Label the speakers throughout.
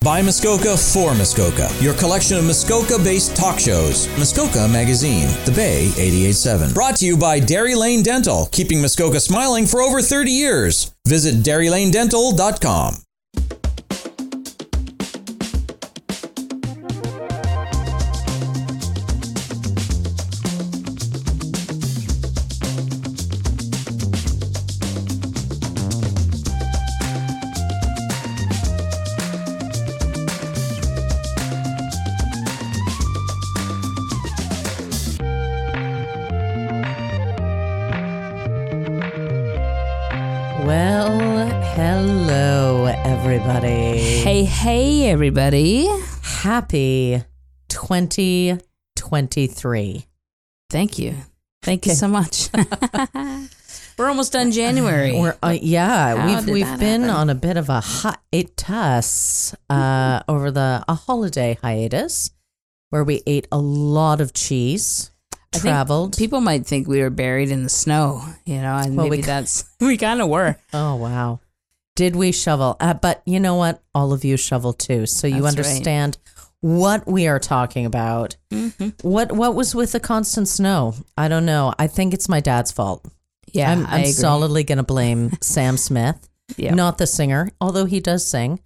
Speaker 1: By Muskoka for Muskoka, your collection of Muskoka based talk shows. Muskoka Magazine, The Bay 887. Brought to you by Dairy Lane Dental, keeping Muskoka smiling for over 30 years. Visit DairyLaneDental.com.
Speaker 2: Well, hello, everybody.
Speaker 3: Hey, hey, everybody.
Speaker 2: Happy 2023.
Speaker 3: Thank you. Thank you so much. We're almost done January.
Speaker 2: We're, uh, yeah,
Speaker 3: How
Speaker 2: we've
Speaker 3: did
Speaker 2: we've
Speaker 3: that
Speaker 2: been
Speaker 3: happen?
Speaker 2: on a bit of a hiatus uh, over the a holiday hiatus where we ate a lot of cheese,
Speaker 3: I think
Speaker 2: traveled.
Speaker 3: People might think we were buried in the snow, you know, and
Speaker 2: Well, we
Speaker 3: maybe
Speaker 2: ki-
Speaker 3: that's, we kind of were.
Speaker 2: oh wow, did we shovel? Uh, but you know what? All of you shovel too, so you
Speaker 3: That's right.
Speaker 2: understand what we are talking about.
Speaker 3: Mm-hmm.
Speaker 2: What what was with the constant snow? I don't know. I think it's my dad's fault.
Speaker 3: Yeah,
Speaker 2: I'm,
Speaker 3: I
Speaker 2: I'm
Speaker 3: agree.
Speaker 2: solidly going to blame Sam Smith,
Speaker 3: Yeah.
Speaker 2: not the singer, although he does sing,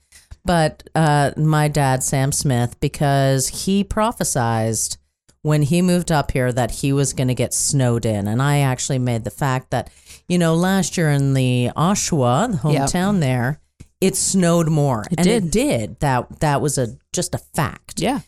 Speaker 2: but uh, my dad, Sam Smith, because he prophesized when he moved up here that he was going to get snowed in. And I actually made the fact that, you know, last year in the Oshawa, the
Speaker 3: Yep.
Speaker 2: hometown there, it snowed more.
Speaker 3: It
Speaker 2: and it
Speaker 3: did.
Speaker 2: did. That that was a just a fact.
Speaker 3: Yeah.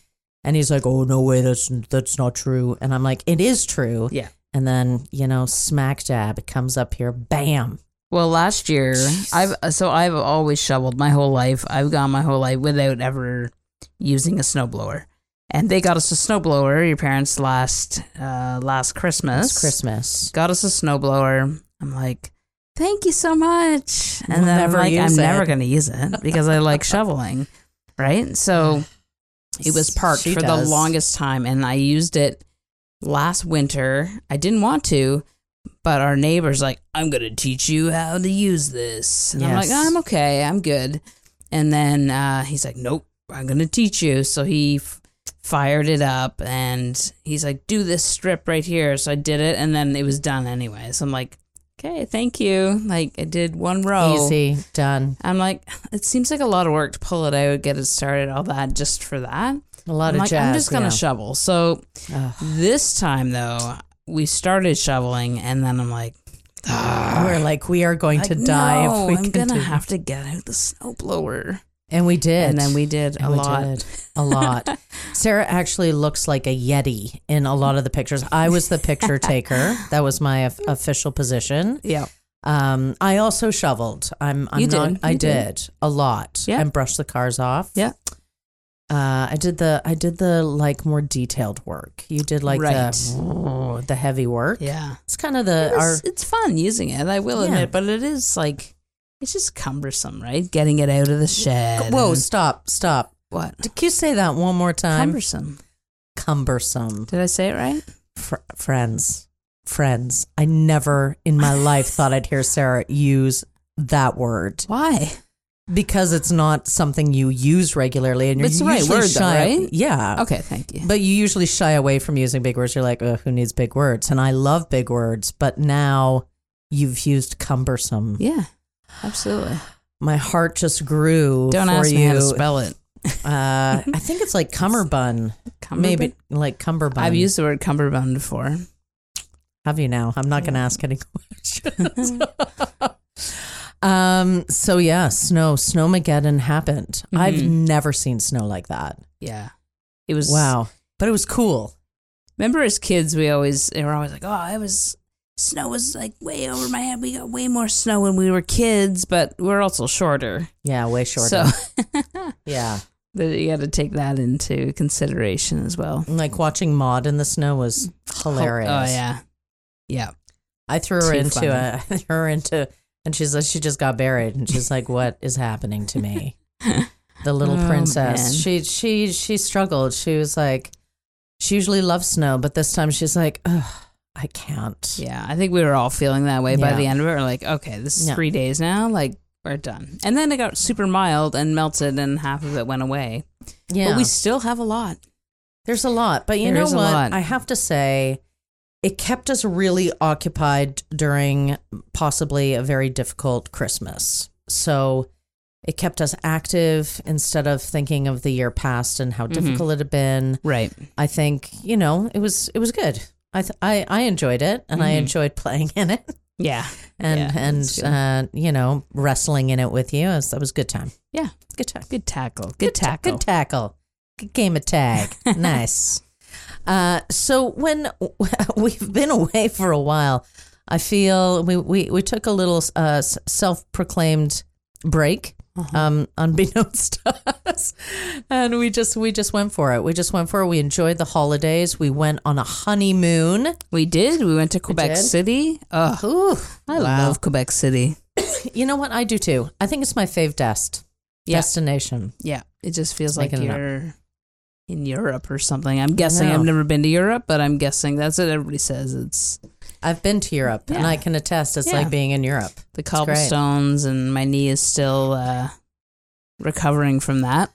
Speaker 2: And he's like, "Oh no way, that's that's not true." And I'm like, "It is true."
Speaker 3: Yeah.
Speaker 2: And then you know, smack dab, it comes up here, bam.
Speaker 3: Well, last year
Speaker 2: Jeez.
Speaker 3: I've so I've always shoveled my whole life. I've gone my whole life without ever using a snowblower. And they got us a snowblower. Your parents last uh, last Christmas.
Speaker 2: It's Christmas.
Speaker 3: Got us a snowblower. I'm like, thank you so much. And
Speaker 2: We'll
Speaker 3: then
Speaker 2: never
Speaker 3: I'm like,
Speaker 2: use
Speaker 3: I'm never
Speaker 2: it.
Speaker 3: going to use it because I like shoveling, right? So it was parked
Speaker 2: She
Speaker 3: for the
Speaker 2: does.
Speaker 3: longest time, and I used it last winter. I didn't want to, but our neighbor's like, I'm going to teach you how to use this. And I'm like,
Speaker 2: Yes.
Speaker 3: I'm okay, I'm good. And then uh, he's like, Nope, I'm going to teach you. So he f- fired it up, and he's like, Do this strip right here. So I did it, and then it was done anyway. So I'm like, Okay, thank you. Like, I did one row.
Speaker 2: Easy Oh. done.
Speaker 3: I'm like, it seems like a lot of work to pull it out, get it started, all that, just for that.
Speaker 2: A lot
Speaker 3: I'm
Speaker 2: of
Speaker 3: like,
Speaker 2: jazz.
Speaker 3: I'm just gonna
Speaker 2: yeah.
Speaker 3: shovel. So
Speaker 2: Ugh.
Speaker 3: this time though, we started shoveling, and then I'm like,
Speaker 2: We're like, we are going
Speaker 3: like,
Speaker 2: to die
Speaker 3: no,
Speaker 2: if we
Speaker 3: I'm
Speaker 2: continue.
Speaker 3: gonna have to get out the snowblower,
Speaker 2: and we did.
Speaker 3: and then we did
Speaker 2: And
Speaker 3: a
Speaker 2: we
Speaker 3: lot.
Speaker 2: did. A lot. Sarah actually looks like a yeti in a lot of the pictures. I was the picture taker. That was my of- official position.
Speaker 3: Yeah,
Speaker 2: Um, I also shoveled. I'm. I'm
Speaker 3: You did.
Speaker 2: not. I
Speaker 3: You
Speaker 2: did.
Speaker 3: did.
Speaker 2: a lot.
Speaker 3: Yeah.
Speaker 2: And brushed the cars off.
Speaker 3: Yeah.
Speaker 2: Uh, I did the. I did the like more detailed work. You did like the the heavy work.
Speaker 3: yeah.
Speaker 2: It's kind of the
Speaker 3: It was-
Speaker 2: our.
Speaker 3: it's fun using it. I will
Speaker 2: Yeah.
Speaker 3: admit, but it is like it's just cumbersome, right? Getting it out of the shed.
Speaker 2: Whoa!
Speaker 3: and-
Speaker 2: Stop! Stop!
Speaker 3: what?
Speaker 2: Did you say that one more time?
Speaker 3: Cumbersome.
Speaker 2: Cumbersome.
Speaker 3: Did I say it right?
Speaker 2: Fr- friends, friends. I never in my life thought I'd hear Sarah use that word
Speaker 3: Why?
Speaker 2: because it's not something you use regularly, and you're
Speaker 3: It's the
Speaker 2: usually
Speaker 3: right word, though,
Speaker 2: shy.
Speaker 3: right?
Speaker 2: Yeah.
Speaker 3: Okay, thank you.
Speaker 2: But you usually shy away from using big words. You're like, "Ugh, who needs big words? And I love big words, but now you've used cumbersome.
Speaker 3: Yeah, absolutely.
Speaker 2: My heart just grew
Speaker 3: Don't
Speaker 2: for
Speaker 3: ask
Speaker 2: you.
Speaker 3: me how to spell it.
Speaker 2: uh, I think it's like cummerbund, maybe like cummerbund.
Speaker 3: I've used the word cummerbund before.
Speaker 2: Have you now? I'm not going to ask any questions. um. So yeah, snow, snowmageddon happened. I've
Speaker 3: Mhm.
Speaker 2: never seen snow like that.
Speaker 3: Yeah, it was
Speaker 2: Wow, but it was cool.
Speaker 3: Remember as kids, we always they were always like, "Oh, I was snow was like way over my head. We got way more snow when we were kids, but we're also shorter.
Speaker 2: Yeah, way shorter.
Speaker 3: So
Speaker 2: yeah,
Speaker 3: that you got to take that into consideration as well.
Speaker 2: like watching Maud in the snow was hilarious.
Speaker 3: Oh yeah, yeah.
Speaker 2: I threw her
Speaker 3: Too
Speaker 2: into
Speaker 3: funny.
Speaker 2: a, I threw her into, and she's like, she just got buried, and she's like, what is happening to me? The little
Speaker 3: Oh,
Speaker 2: princess.
Speaker 3: man.
Speaker 2: She she she struggled. She was like, she usually loves snow, but this time she's like, Ugh, I can't.
Speaker 3: Yeah, I think we were all feeling that way by
Speaker 2: Yeah.
Speaker 3: the end of it. We're like, okay, this is
Speaker 2: Yeah.
Speaker 3: three days now. Like, we're done. And then it got super mild and melted, and half of it went away.
Speaker 2: Yeah.
Speaker 3: But we still have a lot.
Speaker 2: There's a lot, but you
Speaker 3: There
Speaker 2: know
Speaker 3: is a
Speaker 2: what?
Speaker 3: lot.
Speaker 2: I have to say, it kept us really occupied during possibly a very difficult Christmas. So it kept us active instead of thinking of the year past and how
Speaker 3: Mm-hmm.
Speaker 2: difficult it had been.
Speaker 3: Right.
Speaker 2: I think you know it was it was good. I th- I, I enjoyed it and I
Speaker 3: Mhm.
Speaker 2: enjoyed playing in it
Speaker 3: Yeah.
Speaker 2: and
Speaker 3: Yeah, that's good.
Speaker 2: and uh, you know wrestling in it with you. It was, that was a good time.
Speaker 3: Yeah.
Speaker 2: Good time.
Speaker 3: Good tackle. Good,
Speaker 2: Good ta-
Speaker 3: tackle.
Speaker 2: Good tackle. Good game of tag. nice. Uh, so when we've been away for a while, I feel we we, we took a little uh, self proclaimed break.
Speaker 3: Uh-huh.
Speaker 2: Um, unbeknownst to us, and we just we just went for it. We just went for it. We enjoyed the holidays. We went on a honeymoon.
Speaker 3: we did. We went to Quebec
Speaker 2: did.
Speaker 3: City. Oh,
Speaker 2: Ooh,
Speaker 3: I love Quebec City.
Speaker 2: You know what? I do too. I think it's my fave dest
Speaker 3: Yeah.
Speaker 2: destination.
Speaker 3: Yeah. It just feels like
Speaker 2: Making it up.
Speaker 3: you're in Europe or something. I'm guessing.
Speaker 2: know.
Speaker 3: I've never been to Europe, but I'm guessing that's what everybody says. It's
Speaker 2: I've been to Europe, and
Speaker 3: Yeah.
Speaker 2: I can attest it's
Speaker 3: Yeah.
Speaker 2: like being in Europe.
Speaker 3: the
Speaker 2: great.
Speaker 3: cobblestones, and my knee is still uh, recovering from that.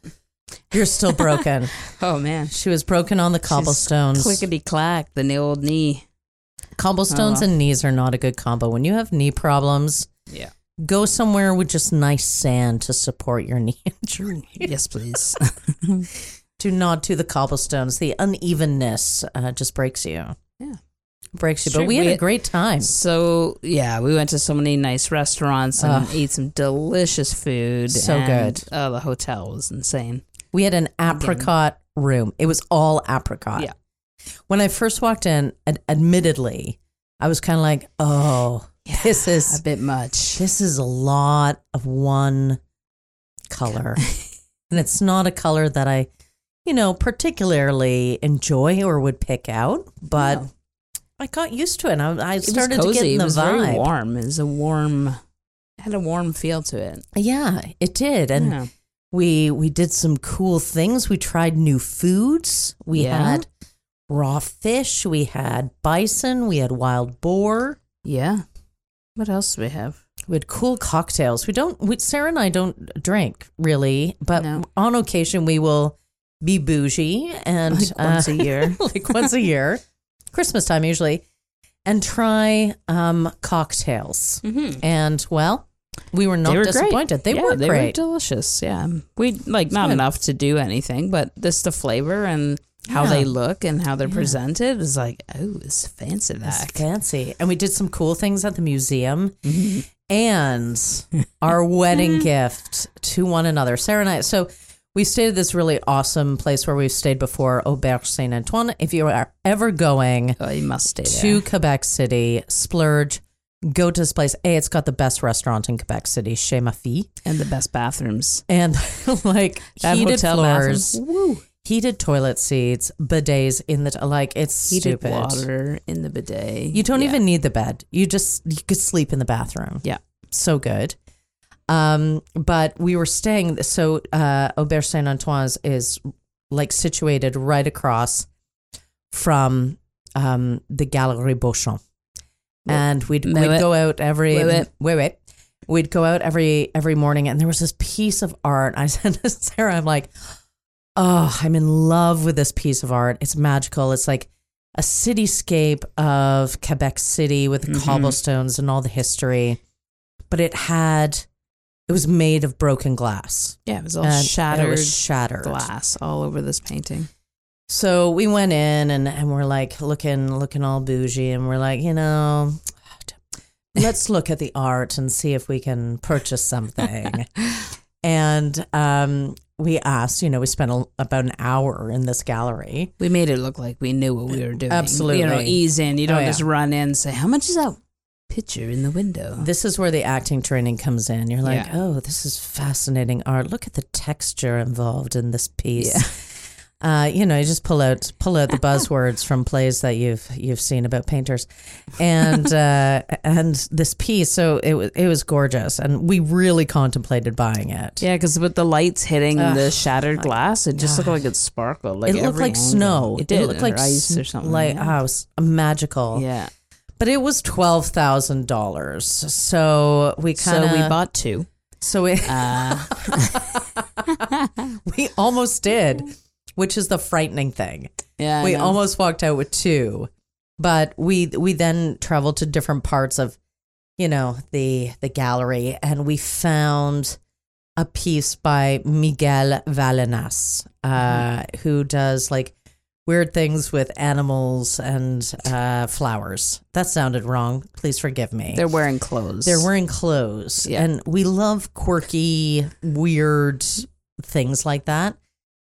Speaker 2: You're still broken.
Speaker 3: Oh, man.
Speaker 2: She was broken on the cobblestones.
Speaker 3: Clickety clack, the old knee.
Speaker 2: cobblestones
Speaker 3: Oh, well.
Speaker 2: and knees are not a good combo. When you have knee problems,
Speaker 3: Yeah.
Speaker 2: go somewhere with just nice sand to support your knee injury.
Speaker 3: Yes, please.
Speaker 2: Do not do the cobblestones. The unevenness uh, just breaks you.
Speaker 3: Yeah.
Speaker 2: Breaks you.
Speaker 3: Sure,
Speaker 2: But we had
Speaker 3: we-
Speaker 2: a great time.
Speaker 3: so yeah, we went to so many nice restaurants and ate some delicious food.
Speaker 2: So
Speaker 3: and,
Speaker 2: good.
Speaker 3: Oh, the hotel was insane.
Speaker 2: We had an apricot room. It was all apricot.
Speaker 3: Yeah.
Speaker 2: When I first walked in, ad- admittedly, I was kind of like, oh, this
Speaker 3: A
Speaker 2: is
Speaker 3: bit much.
Speaker 2: this is a lot of one color. and it's not a color that I, you know, particularly enjoy or would pick out, but
Speaker 3: No.
Speaker 2: I got used to it. And I, I
Speaker 3: It was
Speaker 2: started to
Speaker 3: cozy.
Speaker 2: get in
Speaker 3: it
Speaker 2: the
Speaker 3: was
Speaker 2: vibe.
Speaker 3: very warm. It was a warm. it had a warm feel to it.
Speaker 2: Yeah, it did. And
Speaker 3: Yeah.
Speaker 2: we we did some cool things. We tried new foods. We
Speaker 3: Yeah.
Speaker 2: had raw fish, we had bison, we had wild boar.
Speaker 3: Yeah. What else do we have?
Speaker 2: We had cool cocktails. We don't we, Sarah and I don't drink really, but
Speaker 3: No.
Speaker 2: on occasion we will be bougie and uh,
Speaker 3: Like once a year.
Speaker 2: like once a year, Christmas time usually, and try um cocktails.
Speaker 3: Mm-hmm.
Speaker 2: And well, we were not
Speaker 3: they were
Speaker 2: disappointed.
Speaker 3: Great.
Speaker 2: They
Speaker 3: Yeah,
Speaker 2: were
Speaker 3: they
Speaker 2: great.
Speaker 3: were delicious. Yeah, we like not
Speaker 2: good.
Speaker 3: enough to do anything, but just the flavor and how
Speaker 2: Yeah.
Speaker 3: they look and how they're
Speaker 2: Yeah.
Speaker 3: presented is like oh, it's fancy
Speaker 2: It's
Speaker 3: that.
Speaker 2: fancy. And we did some cool things at the museum and our wedding gift to one another. Sarah and I, so we stayed at this really awesome place where we've stayed before, Auberge Saint Antoine. If you are ever going
Speaker 3: Oh, you must stay there.
Speaker 2: to Quebec City, splurge, go to this place. A, it's got the best restaurant in Quebec City, Chez Ma Fille,
Speaker 3: and the best bathrooms.
Speaker 2: and like
Speaker 3: That
Speaker 2: heated
Speaker 3: hotel
Speaker 2: floors,
Speaker 3: bathroom. Woo.
Speaker 2: heated toilet seats, bidets in the, t- like, it's
Speaker 3: Heated
Speaker 2: stupid.
Speaker 3: water in the bidet.
Speaker 2: You don't
Speaker 3: Yeah.
Speaker 2: even need the bed. You just you could sleep in the bathroom.
Speaker 3: Yeah.
Speaker 2: So good. Um, but we were staying so uh Auberge Saint Antoine's is like situated right across from um the Galerie Beauchamp. And we'd
Speaker 3: Move
Speaker 2: we'd
Speaker 3: it.
Speaker 2: go out every
Speaker 3: Move it.
Speaker 2: wait wait. We'd go out every every morning and there was this piece of art. I said to Sarah, I'm like, oh, I'm in love with this piece of art. It's magical. It's like a cityscape of Quebec City with the
Speaker 3: Mhm.
Speaker 2: cobblestones and all the history. But it had, it was made of broken glass.
Speaker 3: Yeah, it was all
Speaker 2: and
Speaker 3: shattered
Speaker 2: It was shattered.
Speaker 3: glass all over this painting.
Speaker 2: So we went in and, and we're like looking, looking all bougie. And we're like, you know, let's look at the art and see if we can purchase something. and um, we asked, you know, we spent a, about an hour in this gallery.
Speaker 3: We made it look like we knew what we were doing.
Speaker 2: Absolutely.
Speaker 3: You know, ease in. You
Speaker 2: Oh,
Speaker 3: don't
Speaker 2: yeah.
Speaker 3: just run in and say, How much is that picture in the window?
Speaker 2: This is where the acting training comes in. You're like,
Speaker 3: Yeah.
Speaker 2: oh, this is fascinating art. Look at the texture involved in this piece.
Speaker 3: Yeah.
Speaker 2: Uh, you know, you just pull out pull out the buzzwords from plays that you've you've seen about painters, and uh, and this piece. So it was it was gorgeous, and we really contemplated buying it.
Speaker 3: Yeah, because with the lights hitting
Speaker 2: Ugh,
Speaker 3: the shattered glass, it just
Speaker 2: God.
Speaker 3: looked like it sparkled. Like
Speaker 2: it looked
Speaker 3: every
Speaker 2: like
Speaker 3: angle.
Speaker 2: snow.
Speaker 3: It did.
Speaker 2: It looked like
Speaker 3: or ice
Speaker 2: sn-
Speaker 3: or something.
Speaker 2: Like
Speaker 3: yeah.
Speaker 2: oh, it was magical.
Speaker 3: yeah.
Speaker 2: But it was twelve thousand dollars. So we kind
Speaker 3: So
Speaker 2: of
Speaker 3: we bought two.
Speaker 2: So it,
Speaker 3: Uh,
Speaker 2: we almost did, which is the frightening thing.
Speaker 3: yeah, I
Speaker 2: we
Speaker 3: know.
Speaker 2: almost walked out with two, but we we then traveled to different parts of, you know, the the gallery, and we found a piece by Miguel Valenas, uh,
Speaker 3: Mm-hmm.
Speaker 2: who does like weird things with animals and uh, flowers. That sounded wrong. Please forgive me.
Speaker 3: they're wearing clothes.
Speaker 2: They're wearing clothes.
Speaker 3: Yeah.
Speaker 2: And we love quirky, weird things like that.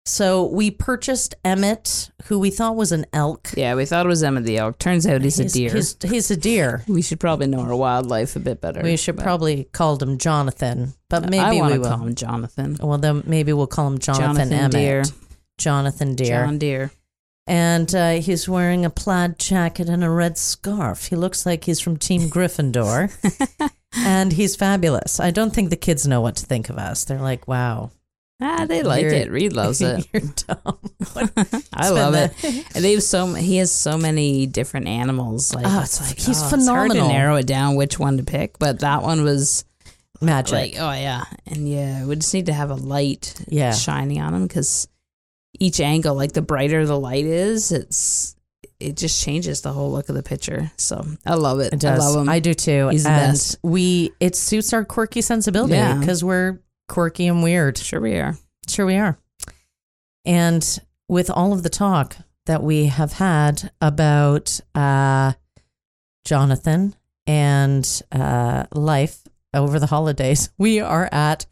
Speaker 2: So we purchased Emmett, who we thought was an elk.
Speaker 3: yeah, we thought it was Emma the elk. Turns out he's, a deer.
Speaker 2: He's, he's a deer.
Speaker 3: we should probably know our wildlife a bit better.
Speaker 2: We should
Speaker 3: but-
Speaker 2: probably call him Jonathan, but maybe
Speaker 3: I wanna
Speaker 2: we will.
Speaker 3: call him Jonathan.
Speaker 2: Well, then maybe we'll call him Jonathan,
Speaker 3: Jonathan
Speaker 2: Emmett.
Speaker 3: Deere.
Speaker 2: Jonathan Deer.
Speaker 3: John Deere.
Speaker 2: and uh, he's wearing a plaid jacket and a red scarf. He looks like he's from Team Gryffindor, and he's fabulous. I don't think the kids know what to think of us. They're like, "Wow,
Speaker 3: Ah, they like
Speaker 2: You're-
Speaker 3: it. Reed loves it.
Speaker 2: You're dumb.
Speaker 3: I love it. And they have so he has so many different animals. Like
Speaker 2: Oh,
Speaker 3: it's like
Speaker 2: he's
Speaker 3: oh, it's hard to
Speaker 2: phenomenal.
Speaker 3: narrow it down which one to pick, but that one was
Speaker 2: Magic.
Speaker 3: like oh yeah, and yeah, we just need to have a light
Speaker 2: yeah.
Speaker 3: shining on him because each angle, like the brighter the light is, it's it just changes the whole look of the picture. So I love it.
Speaker 2: It does.
Speaker 3: I love him.
Speaker 2: I do too.
Speaker 3: He's the
Speaker 2: and
Speaker 3: best.
Speaker 2: we it suits our quirky sensibility
Speaker 3: Yeah.
Speaker 2: because we're quirky and weird.
Speaker 3: sure we are.
Speaker 2: Sure we are. And with all of the talk that we have had about uh, Jonathan and uh, life over the holidays, we are at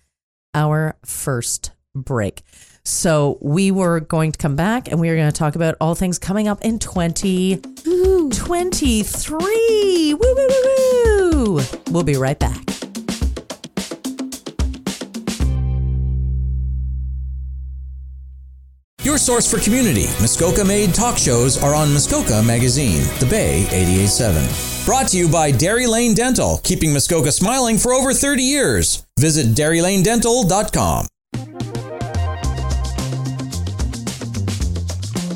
Speaker 2: our first break. So we were going to come back and we are going to talk about all things coming up in 2023. Woo, woo, woo, woo. We'll be right back.
Speaker 1: Your source for community. Muskoka made talk shows are on Muskoka Magazine, The Bay 887. Brought to you by Dairy Lane Dental, keeping Muskoka smiling for over 30 years. Visit DairyLaneDental.com.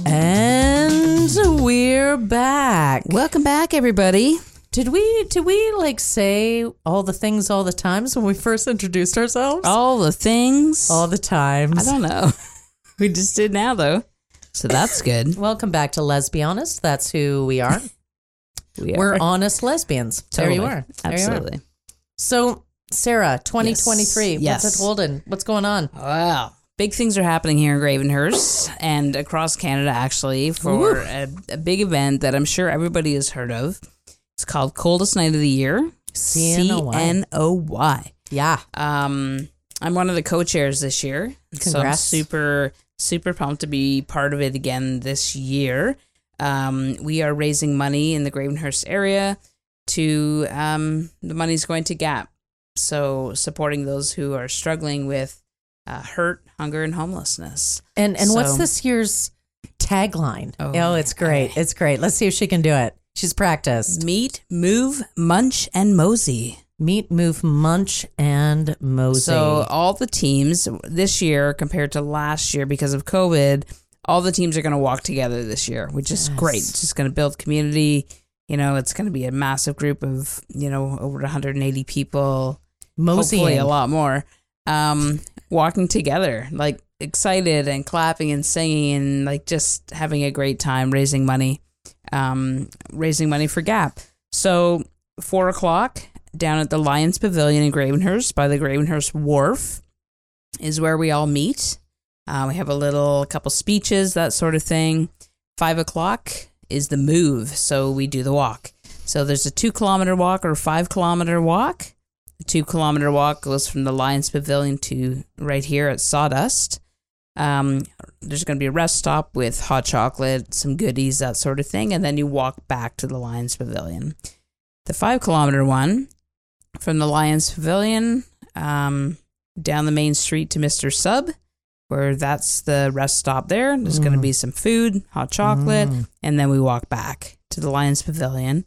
Speaker 2: And we're back.
Speaker 3: Welcome back, everybody.
Speaker 2: Did we did we like say all the things all the times when we first introduced ourselves?
Speaker 3: All the things.
Speaker 2: All the
Speaker 3: I
Speaker 2: times.
Speaker 3: don't know. we just did now though, so that's good.
Speaker 2: Welcome back to Lesbianist. That's who we are.
Speaker 3: We
Speaker 2: We're honest lesbians. There you
Speaker 3: Totally.
Speaker 2: are. There you are.
Speaker 3: Absolutely.
Speaker 2: So, Sarah, 2023.
Speaker 3: Yes.
Speaker 2: What's it holding? What's going on?
Speaker 3: Wow. Big things are happening here in Gravenhurst and across Canada, actually, for a, a big event that I'm sure everybody has heard of. It's called Coldest Night of the Year
Speaker 2: CNOY.
Speaker 3: CNOY.
Speaker 2: Yeah.
Speaker 3: Um, I'm one of the co chairs this year. So I'm
Speaker 2: Congrats.
Speaker 3: super, super pumped to be part of it again this year. Um, we are raising money in the Gravenhurst area to um, the money's going to GAP. So supporting those who are struggling with uh, hurt, hunger, and homelessness.
Speaker 2: And and what's
Speaker 3: So-
Speaker 2: this year's tagline?
Speaker 3: Oh,
Speaker 2: Oh, it's great. It's great. Let's see if she can do it. She's practiced.
Speaker 3: Meet, move, munch, and mosey.
Speaker 2: Meet, move, munch, and mosey.
Speaker 3: So all the teams this year compared to last year because of COVID, all the teams are going to walk together this year, which is
Speaker 2: Yes.
Speaker 3: great. It's just going to build community. You know, it's going to be a massive group of you know over 180 people, hopefully
Speaker 2: moseying.
Speaker 3: a lot more, um, walking together, like excited and clapping and singing and like just having a great time raising money, um, raising money for Gap. So four o'clock down at the Lions Pavilion in Gravenhurst by the Gravenhurst Wharf is where we all meet. Uh, we have a little couple speeches, that sort of thing. Five o'clock is the move, so we do the walk. So there's a two kilometer walk or five kilometer walk. The two kilometer walk goes from the Lions Pavilion to right here at Sawdust. Um, there's going to be a rest stop with hot chocolate, some goodies, that sort of thing, and then you walk back to the Lions Pavilion the five kilometer one from the Lions Pavilion um, down the main street to Mr. Sub, where that's the rest stop there. There's going to be some food, hot chocolate, and then we walk back to the Lions Pavilion.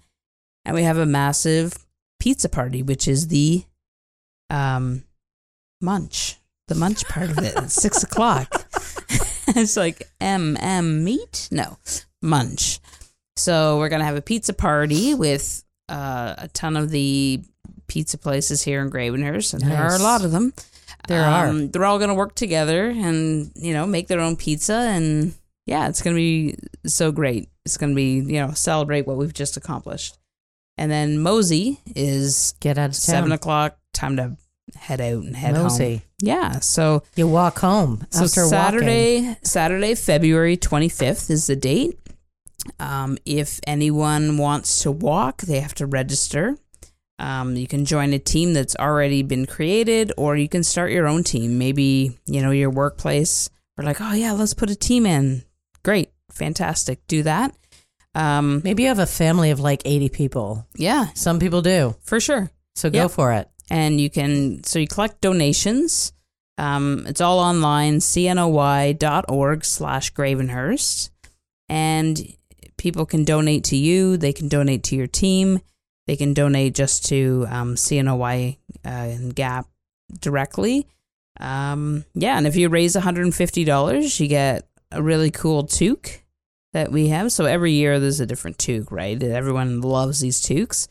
Speaker 3: And we have a massive pizza party, which is the um, munch, the munch part of it at six o'clock. it's like MM meat? No, munch. So we're going to have a pizza party with uh, a ton of the pizza places here in Gravenhurst, and there are
Speaker 2: Nice.
Speaker 3: a lot of them.
Speaker 2: There are.
Speaker 3: Um, They're all going to work together and you know make their own pizza, and yeah, it's going to be so great. It's going to be you know celebrate what we've just accomplished. And then Mosey is
Speaker 2: Get out of town.
Speaker 3: seven o'clock. Time to head out and head home.
Speaker 2: Mosey.
Speaker 3: Yeah, so
Speaker 2: You walk home
Speaker 3: so
Speaker 2: after walking.
Speaker 3: Saturday, Saturday, February 25th is the date. Um, if anyone wants to walk, they have to register. Um, you can join a team that's already been created, or you can start your own team. Maybe you know your workplace. We're like, oh yeah, let's put a team in. Great, fantastic, do that. Um,
Speaker 2: Maybe you have a family of like 80 people.
Speaker 3: yeah,
Speaker 2: Some people do.
Speaker 3: for sure.
Speaker 2: So go
Speaker 3: Yeah.
Speaker 2: for it.
Speaker 3: and you can so you collect donations um, it's all online cnoy.org slash gravenhurst and people can donate to you they can donate to your team they can donate just to um, cnoy uh, and gap directly um, yeah and if you raise $150 you get a really cool toque that we have so every year there's a different toque right everyone loves these toques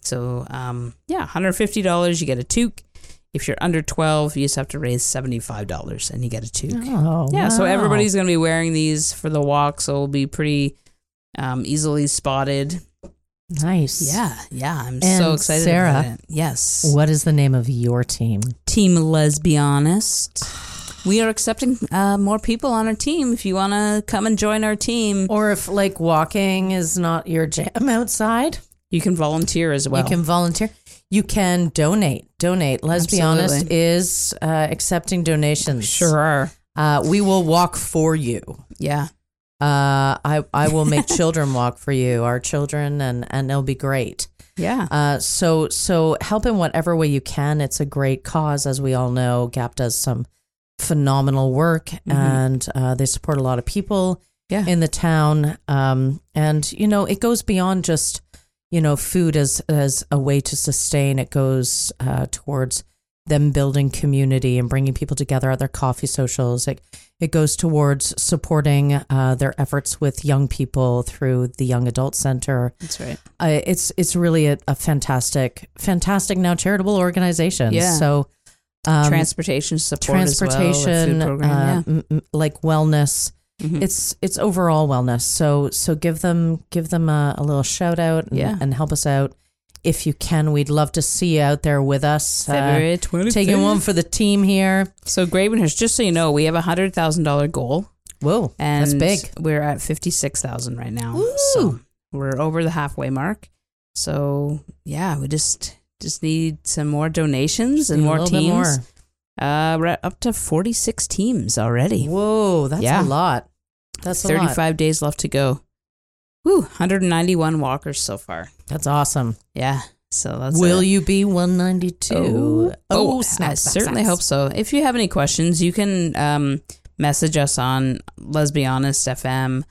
Speaker 3: so um, yeah, hundred fifty dollars you get a toque. If you're under twelve, you just have to raise seventy five dollars and you get a toque.
Speaker 2: Oh,
Speaker 3: yeah, so
Speaker 2: wow.
Speaker 3: everybody's gonna be wearing these for the walk, so it'll be pretty um, easily spotted.
Speaker 2: nice.
Speaker 3: Yeah, yeah, I'm so
Speaker 2: And
Speaker 3: excited.
Speaker 2: Sarah.
Speaker 3: about it. yes,
Speaker 2: What is the name of your team?
Speaker 3: Team Lesbianist. We are accepting uh, more people on our team. If you want to come and join our team,
Speaker 2: Or if like walking is not your jam outside,
Speaker 3: you can volunteer as well.
Speaker 2: you can volunteer. You can donate. Donate. Let's be honest,
Speaker 3: Absolutely.
Speaker 2: is uh, accepting donations.
Speaker 3: sure.
Speaker 2: Uh, we will walk for you.
Speaker 3: Yeah.
Speaker 2: Uh, I, I will make children walk for you, our children, and, and it'll be great.
Speaker 3: Yeah.
Speaker 2: Uh, so so help in whatever way you can. It's a great cause, as we all know. Gap does some phenomenal work, and uh, they support a lot of people
Speaker 3: Mm-hmm. Yeah.
Speaker 2: in the town. Um, and you know, it goes beyond just you know food as as a way to sustain. It goes uh, towards them building community and bringing people together at their coffee socials. It it goes towards supporting uh, their efforts with young people through the Young Adult Center
Speaker 3: That's right.
Speaker 2: uh, it's it's really a, a fantastic, fantastic now charitable organization.
Speaker 3: Yeah.
Speaker 2: So um,
Speaker 3: transportation support as well, a food
Speaker 2: transportation,
Speaker 3: program,
Speaker 2: uh,
Speaker 3: yeah.
Speaker 2: m- m- like wellness.
Speaker 3: Mhm.
Speaker 2: It's it's overall wellness. So so give them give them a, a little shout out and,
Speaker 3: Yeah.
Speaker 2: and help us out if you can. We'd love to see you out there with us. Uh,
Speaker 3: February 25th.
Speaker 2: taking one for the team here.
Speaker 3: So Gravenhurst, just so you know, we have a hundred thousand dollar goal,
Speaker 2: Whoa,
Speaker 3: and
Speaker 2: that's big.
Speaker 3: We're at fifty six thousand right now, so
Speaker 2: Ooh.
Speaker 3: we're over the halfway mark. So yeah, we just just need some more donations and
Speaker 2: A
Speaker 3: more
Speaker 2: little bit
Speaker 3: teams. Uh, we're at up to forty six teams already.
Speaker 2: Whoa, that's
Speaker 3: Yeah.
Speaker 2: a lot. That's a
Speaker 3: Thirty
Speaker 2: lot.
Speaker 3: five days left to go. Woo, hundred ninety one walkers so far.
Speaker 2: That's awesome.
Speaker 3: Yeah, so that's
Speaker 2: Will
Speaker 3: it.
Speaker 2: you be 192?
Speaker 3: Oh, oh, I
Speaker 2: snap, snap,
Speaker 3: certainly
Speaker 2: snap.
Speaker 3: hope so. If you have any questions, you can um, message us on Lesbianist FM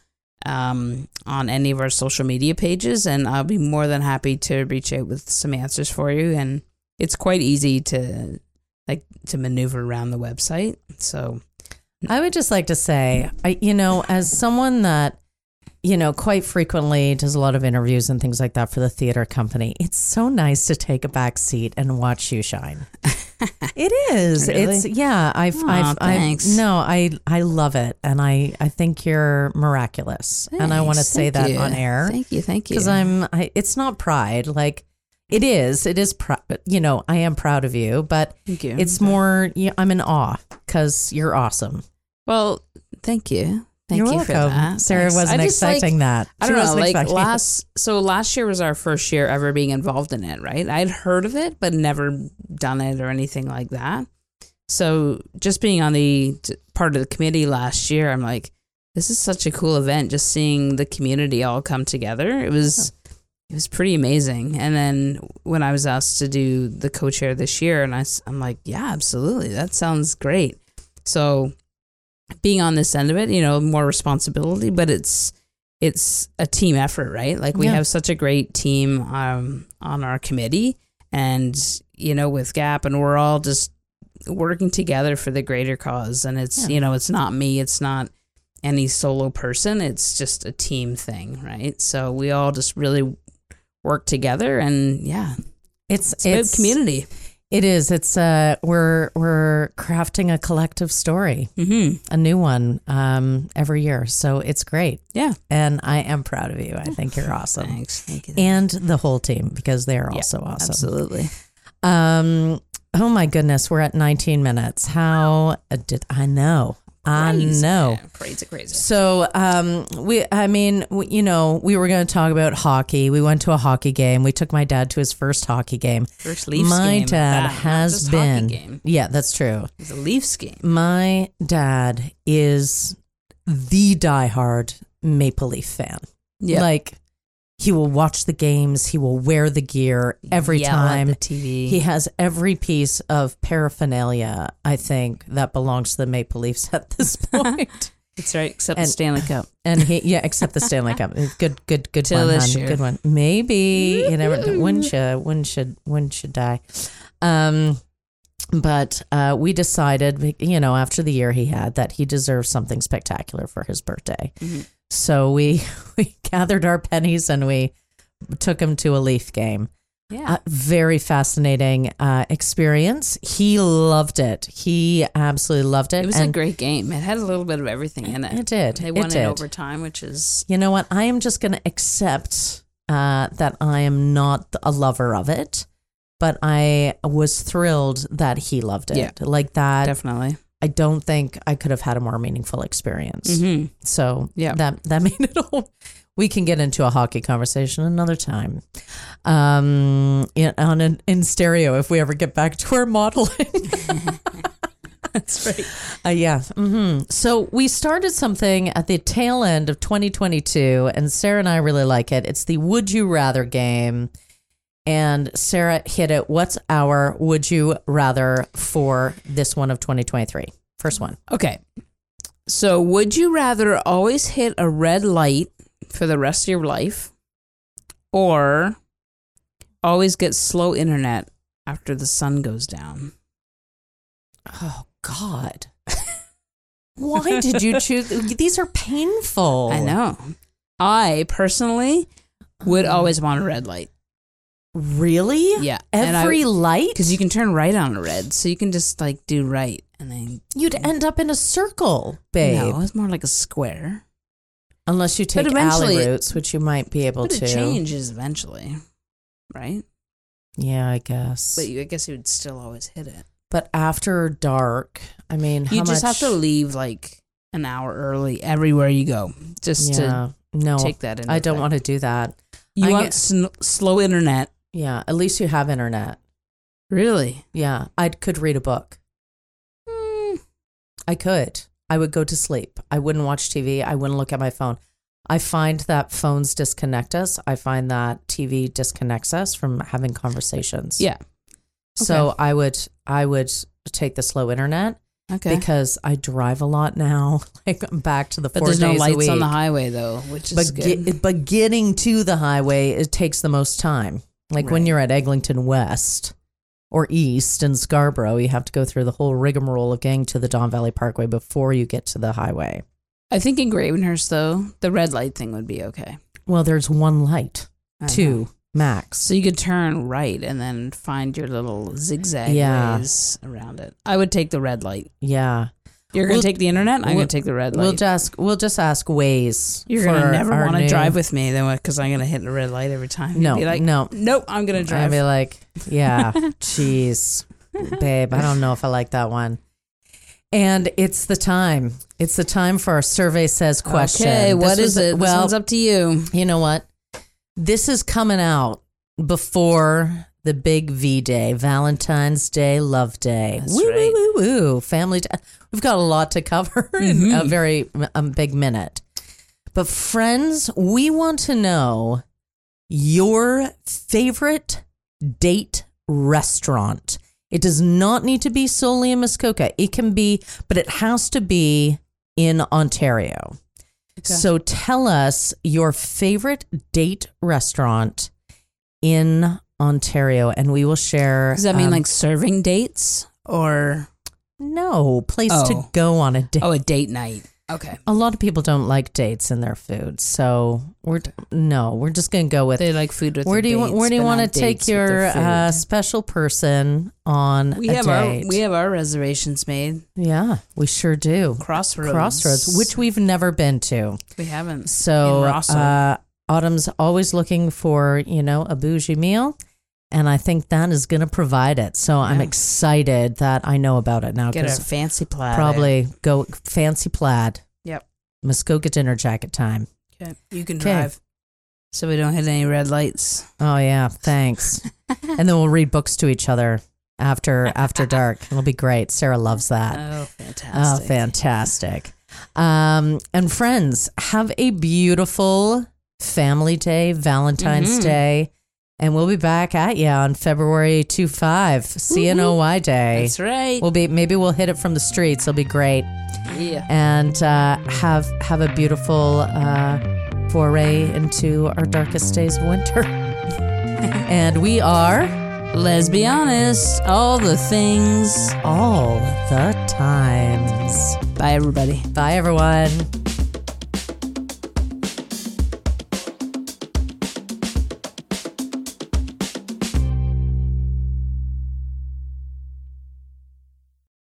Speaker 3: um, on any of our social media pages, and I'll be more than happy to reach out with some answers for you. And it's quite easy to like to maneuver around the website. So
Speaker 2: I would just like to say, I, you know, as someone that, you know, quite frequently does a lot of interviews and things like that for the theater company, it's so nice to take a back seat and watch you shine. it is.
Speaker 3: Really?
Speaker 2: It's yeah. I've,
Speaker 3: Aw,
Speaker 2: I've,
Speaker 3: thanks.
Speaker 2: I've, no, I, I love it, and I, I think you're miraculous, and I want to
Speaker 3: Thanks.
Speaker 2: say
Speaker 3: Thank
Speaker 2: that
Speaker 3: you.
Speaker 2: on air
Speaker 3: Thank you, thank you.
Speaker 2: because I'm. I, it's not pride, like it is. It is. Pr- you know, I am proud of you, but
Speaker 3: thank you.
Speaker 2: it's more. Yeah, I'm in awe because you're awesome.
Speaker 3: well, thank you. Thank
Speaker 2: You're
Speaker 3: you
Speaker 2: welcome.
Speaker 3: for that.
Speaker 2: Sarah
Speaker 3: Thanks. I
Speaker 2: wasn't
Speaker 3: just, like,
Speaker 2: expecting that.
Speaker 3: I
Speaker 2: She
Speaker 3: don't know,
Speaker 2: wasn't
Speaker 3: like
Speaker 2: expecting it.
Speaker 3: last so last year was our first year ever being involved in it, right? I'd heard of it but never done it or anything like that. So just being on the t- part of the committee last year, I'm like, this is such a cool event. Just seeing the community all come together, it was it was pretty amazing. And then when I was asked to do the co-chair this year, and I s- I'm like, yeah, absolutely, that sounds great. So being on this end of it, you know, more responsibility, but it's it's a team effort, right? Like we
Speaker 2: Yeah.
Speaker 3: have such a great team um, on our committee, and you know, with Gap, and we're all just working together for the greater cause. And it's
Speaker 2: Yeah.
Speaker 3: you know, it's not me, it's not any solo person. It's just a team thing, right? So we all just really work together, and yeah,
Speaker 2: It's
Speaker 3: It's, about community.
Speaker 2: It is. It's uh we're we're crafting a collective story,
Speaker 3: Mm-hmm.
Speaker 2: a new one um every year. So it's great.
Speaker 3: Yeah.
Speaker 2: And I am proud of you. I think you're awesome.
Speaker 3: Thanks. Thank you.
Speaker 2: And the whole team because they are
Speaker 3: Yeah,
Speaker 2: also awesome.
Speaker 3: Absolutely.
Speaker 2: Um oh my goodness, we're at 19 minutes. How did I know? I know.
Speaker 3: Yeah, crazy, crazy.
Speaker 2: So, um, we, I mean, we, you know, we were going to talk about hockey. We went to a hockey game. We took my dad to his first hockey game.
Speaker 3: First Leafs
Speaker 2: my
Speaker 3: game at
Speaker 2: dad
Speaker 3: that, not
Speaker 2: has
Speaker 3: just hockey
Speaker 2: been.
Speaker 3: game.
Speaker 2: Yeah, that's true.
Speaker 3: It was a Leafs game.
Speaker 2: My dad is the diehard Maple Leaf fan.
Speaker 3: Yeah.
Speaker 2: Like, he will watch the games, he will wear the gear every
Speaker 3: Yell at
Speaker 2: time.
Speaker 3: the TV.
Speaker 2: He has every piece of paraphernalia, I think, that belongs to the Maple Leafs at this point.
Speaker 3: It's right, except
Speaker 2: And- uh,
Speaker 3: the Stanley Cup.
Speaker 2: And he, yeah, except the Stanley Cup. Good, good, good
Speaker 3: Till
Speaker 2: one,
Speaker 3: this
Speaker 2: hon.
Speaker 3: year. Mm-hmm.
Speaker 2: Good one. Maybe you never. know. When should when should when should die? Um, but uh, we decided, you know, after the year he had, that he deserved something spectacular for his birthday.
Speaker 3: Mhm.
Speaker 2: So we we gathered our pennies and we took him to a Leaf game.
Speaker 3: Yeah.
Speaker 2: Uh, very fascinating uh, experience. He loved it. He absolutely loved it.
Speaker 3: it was
Speaker 2: and
Speaker 3: a great game. It had a little bit of everything in it.
Speaker 2: It did.
Speaker 3: They
Speaker 2: It
Speaker 3: won
Speaker 2: did.
Speaker 3: in overtime, which is
Speaker 2: you know what? I am just going to accept uh, that I am not a lover of it, but I was thrilled that he loved it.
Speaker 3: Yeah.
Speaker 2: Like that,
Speaker 3: definitely.
Speaker 2: I don't think I could have had a more meaningful experience.
Speaker 3: Mm-hmm.
Speaker 2: So
Speaker 3: Yeah.
Speaker 2: that that made it all. We can get into a hockey conversation another time, um, in, on an, in stereo if we ever get back to our modeling.
Speaker 3: That's right.
Speaker 2: Uh, yeah. hmm So we started something at the tail end of 2022, and Sarah and I really like it. It's the Would You Rather game. And Sarah hit it. What's our Would You Rather for this one of 2023? First one.
Speaker 3: Okay. So, would you rather always hit a red light for the rest of your life or always get slow internet after the sun goes down?
Speaker 2: Oh, God. Why did you choose? These are painful.
Speaker 3: I know. I personally would
Speaker 2: Oh.
Speaker 3: always want a red light.
Speaker 2: Really?
Speaker 3: Yeah. And I-
Speaker 2: Every light?
Speaker 3: Because you can turn right on a red. So, you can just like do right and then.
Speaker 2: would end up in a circle, babe.
Speaker 3: No, it's more like a square.
Speaker 2: Unless you take alley
Speaker 3: eventually it-
Speaker 2: routes, which you might be able
Speaker 3: But
Speaker 2: to.
Speaker 3: it changes eventually, right?
Speaker 2: Yeah, I guess.
Speaker 3: But you, I guess you would still always hit it.
Speaker 2: But after dark, I mean,
Speaker 3: you
Speaker 2: how
Speaker 3: just
Speaker 2: much-
Speaker 3: have to leave like an hour early everywhere you go just
Speaker 2: Yeah, no,
Speaker 3: to take that in
Speaker 2: I don't want to do that.
Speaker 3: you
Speaker 2: I
Speaker 3: want
Speaker 2: get-
Speaker 3: sn- slow internet
Speaker 2: Yeah, at least you have internet.
Speaker 3: really
Speaker 2: Yeah, I could read a book.
Speaker 3: Hmm,
Speaker 2: I could. I would go to sleep. I wouldn't watch TV. I wouldn't look at my phone. I find that phones disconnect us. I find that TV disconnects us from having conversations.
Speaker 3: yeah
Speaker 2: So I would, I would take the slow internet
Speaker 3: okay
Speaker 2: because I drive a lot now. Like I'm back to the
Speaker 3: but
Speaker 2: four
Speaker 3: there's
Speaker 2: days
Speaker 3: no
Speaker 2: a
Speaker 3: lights
Speaker 2: week.
Speaker 3: on the highway though which is
Speaker 2: but
Speaker 3: good
Speaker 2: get, but getting to the highway it takes the most time. Like when
Speaker 3: Right.
Speaker 2: you're at Eglinton West or East in Scarborough, you have to go through the whole rigmarole of getting to the Don Valley Parkway before you get to the highway.
Speaker 3: i think in gravenhurst though the red light thing would be okay
Speaker 2: Well, there's one light,
Speaker 3: I know.
Speaker 2: two max.
Speaker 3: so you could turn right and then find your little zigzag
Speaker 2: Yeah.
Speaker 3: ways around it i would take the red light
Speaker 2: Yeah,
Speaker 3: you're gonna
Speaker 2: We'll-
Speaker 3: take the internet i'm
Speaker 2: we'll-
Speaker 3: gonna take the red light
Speaker 2: we'll just we'll just ask Waze.
Speaker 3: You're
Speaker 2: for
Speaker 3: gonna never
Speaker 2: our
Speaker 3: want to
Speaker 2: new-
Speaker 3: drive with me, then, because I'm gonna hit the red light every time. You'd
Speaker 2: No,
Speaker 3: be like,
Speaker 2: no.
Speaker 3: nope, I'm gonna
Speaker 2: I'd
Speaker 3: drive.
Speaker 2: be like, yeah, jeez, babe, I don't know if I like that one. And it's the time. It's the time for our survey says question.
Speaker 3: Okay, what
Speaker 2: This
Speaker 3: is
Speaker 2: was-
Speaker 3: it? Well, this
Speaker 2: Well,
Speaker 3: one's up to you.
Speaker 2: you know what? This is coming out before the big V Day, Valentine's Day, Love Day.
Speaker 3: That's
Speaker 2: woo,
Speaker 3: right.
Speaker 2: woo, woo, woo. Family. T- We've got a lot to cover in
Speaker 3: Mm-hmm.
Speaker 2: a very um, big minute. But, friends, we want to know your favorite date restaurant. It does not need to be solely in Muskoka. It can be, but it has to be in Ontario. So tell us your favorite date restaurant in Ontario, and we will share.
Speaker 3: Does that mean
Speaker 2: um,
Speaker 3: like serving dates or
Speaker 2: no place to
Speaker 3: Oh.
Speaker 2: go on a date?
Speaker 3: oh a date night? Okay.
Speaker 2: A lot of people don't like dates in their food, so we're no, we're just gonna go with.
Speaker 3: They like food with
Speaker 2: where
Speaker 3: their
Speaker 2: do you
Speaker 3: dates,
Speaker 2: where do you
Speaker 3: but
Speaker 2: want to
Speaker 3: not
Speaker 2: take
Speaker 3: dates with their
Speaker 2: your
Speaker 3: food.
Speaker 2: uh, special person on
Speaker 3: we
Speaker 2: a
Speaker 3: have
Speaker 2: date?
Speaker 3: our we have our reservations made.
Speaker 2: yeah, we sure do.
Speaker 3: Crossroads.
Speaker 2: Crossroads, which we've never been to.
Speaker 3: we haven't.
Speaker 2: So
Speaker 3: In Rosso.
Speaker 2: uh, Autumn's always looking for, you know, a bougie meal. And I think that is going to provide it. So I'm
Speaker 3: Yeah.
Speaker 2: excited that I know about it now.
Speaker 3: Get a
Speaker 2: 'cause
Speaker 3: fancy platter.
Speaker 2: probably go fancy plaid.
Speaker 3: Yep.
Speaker 2: Muskoka dinner jacket time.
Speaker 3: Okay. You can
Speaker 2: 'Kay.
Speaker 3: drive. So we don't hit any red lights.
Speaker 2: Oh yeah, thanks. and then we'll read books to each other after after dark. It'll be great. Sarah loves that.
Speaker 3: Oh,
Speaker 2: Oh,
Speaker 3: fantastic.
Speaker 2: fantastic. Um, and friends, have a beautiful family day, Valentine's
Speaker 3: Mhm.
Speaker 2: Day. And we'll be back at you on February 2 5, CNOY Day.
Speaker 3: That's right.
Speaker 2: We'll be maybe we'll hit it from the streets. It'll be great.
Speaker 3: yeah.
Speaker 2: And uh, have have a beautiful uh, foray into our darkest days of winter. and we are
Speaker 3: Let's be honest. All the things.
Speaker 2: all the times.
Speaker 3: Bye, everybody.
Speaker 2: Bye everyone.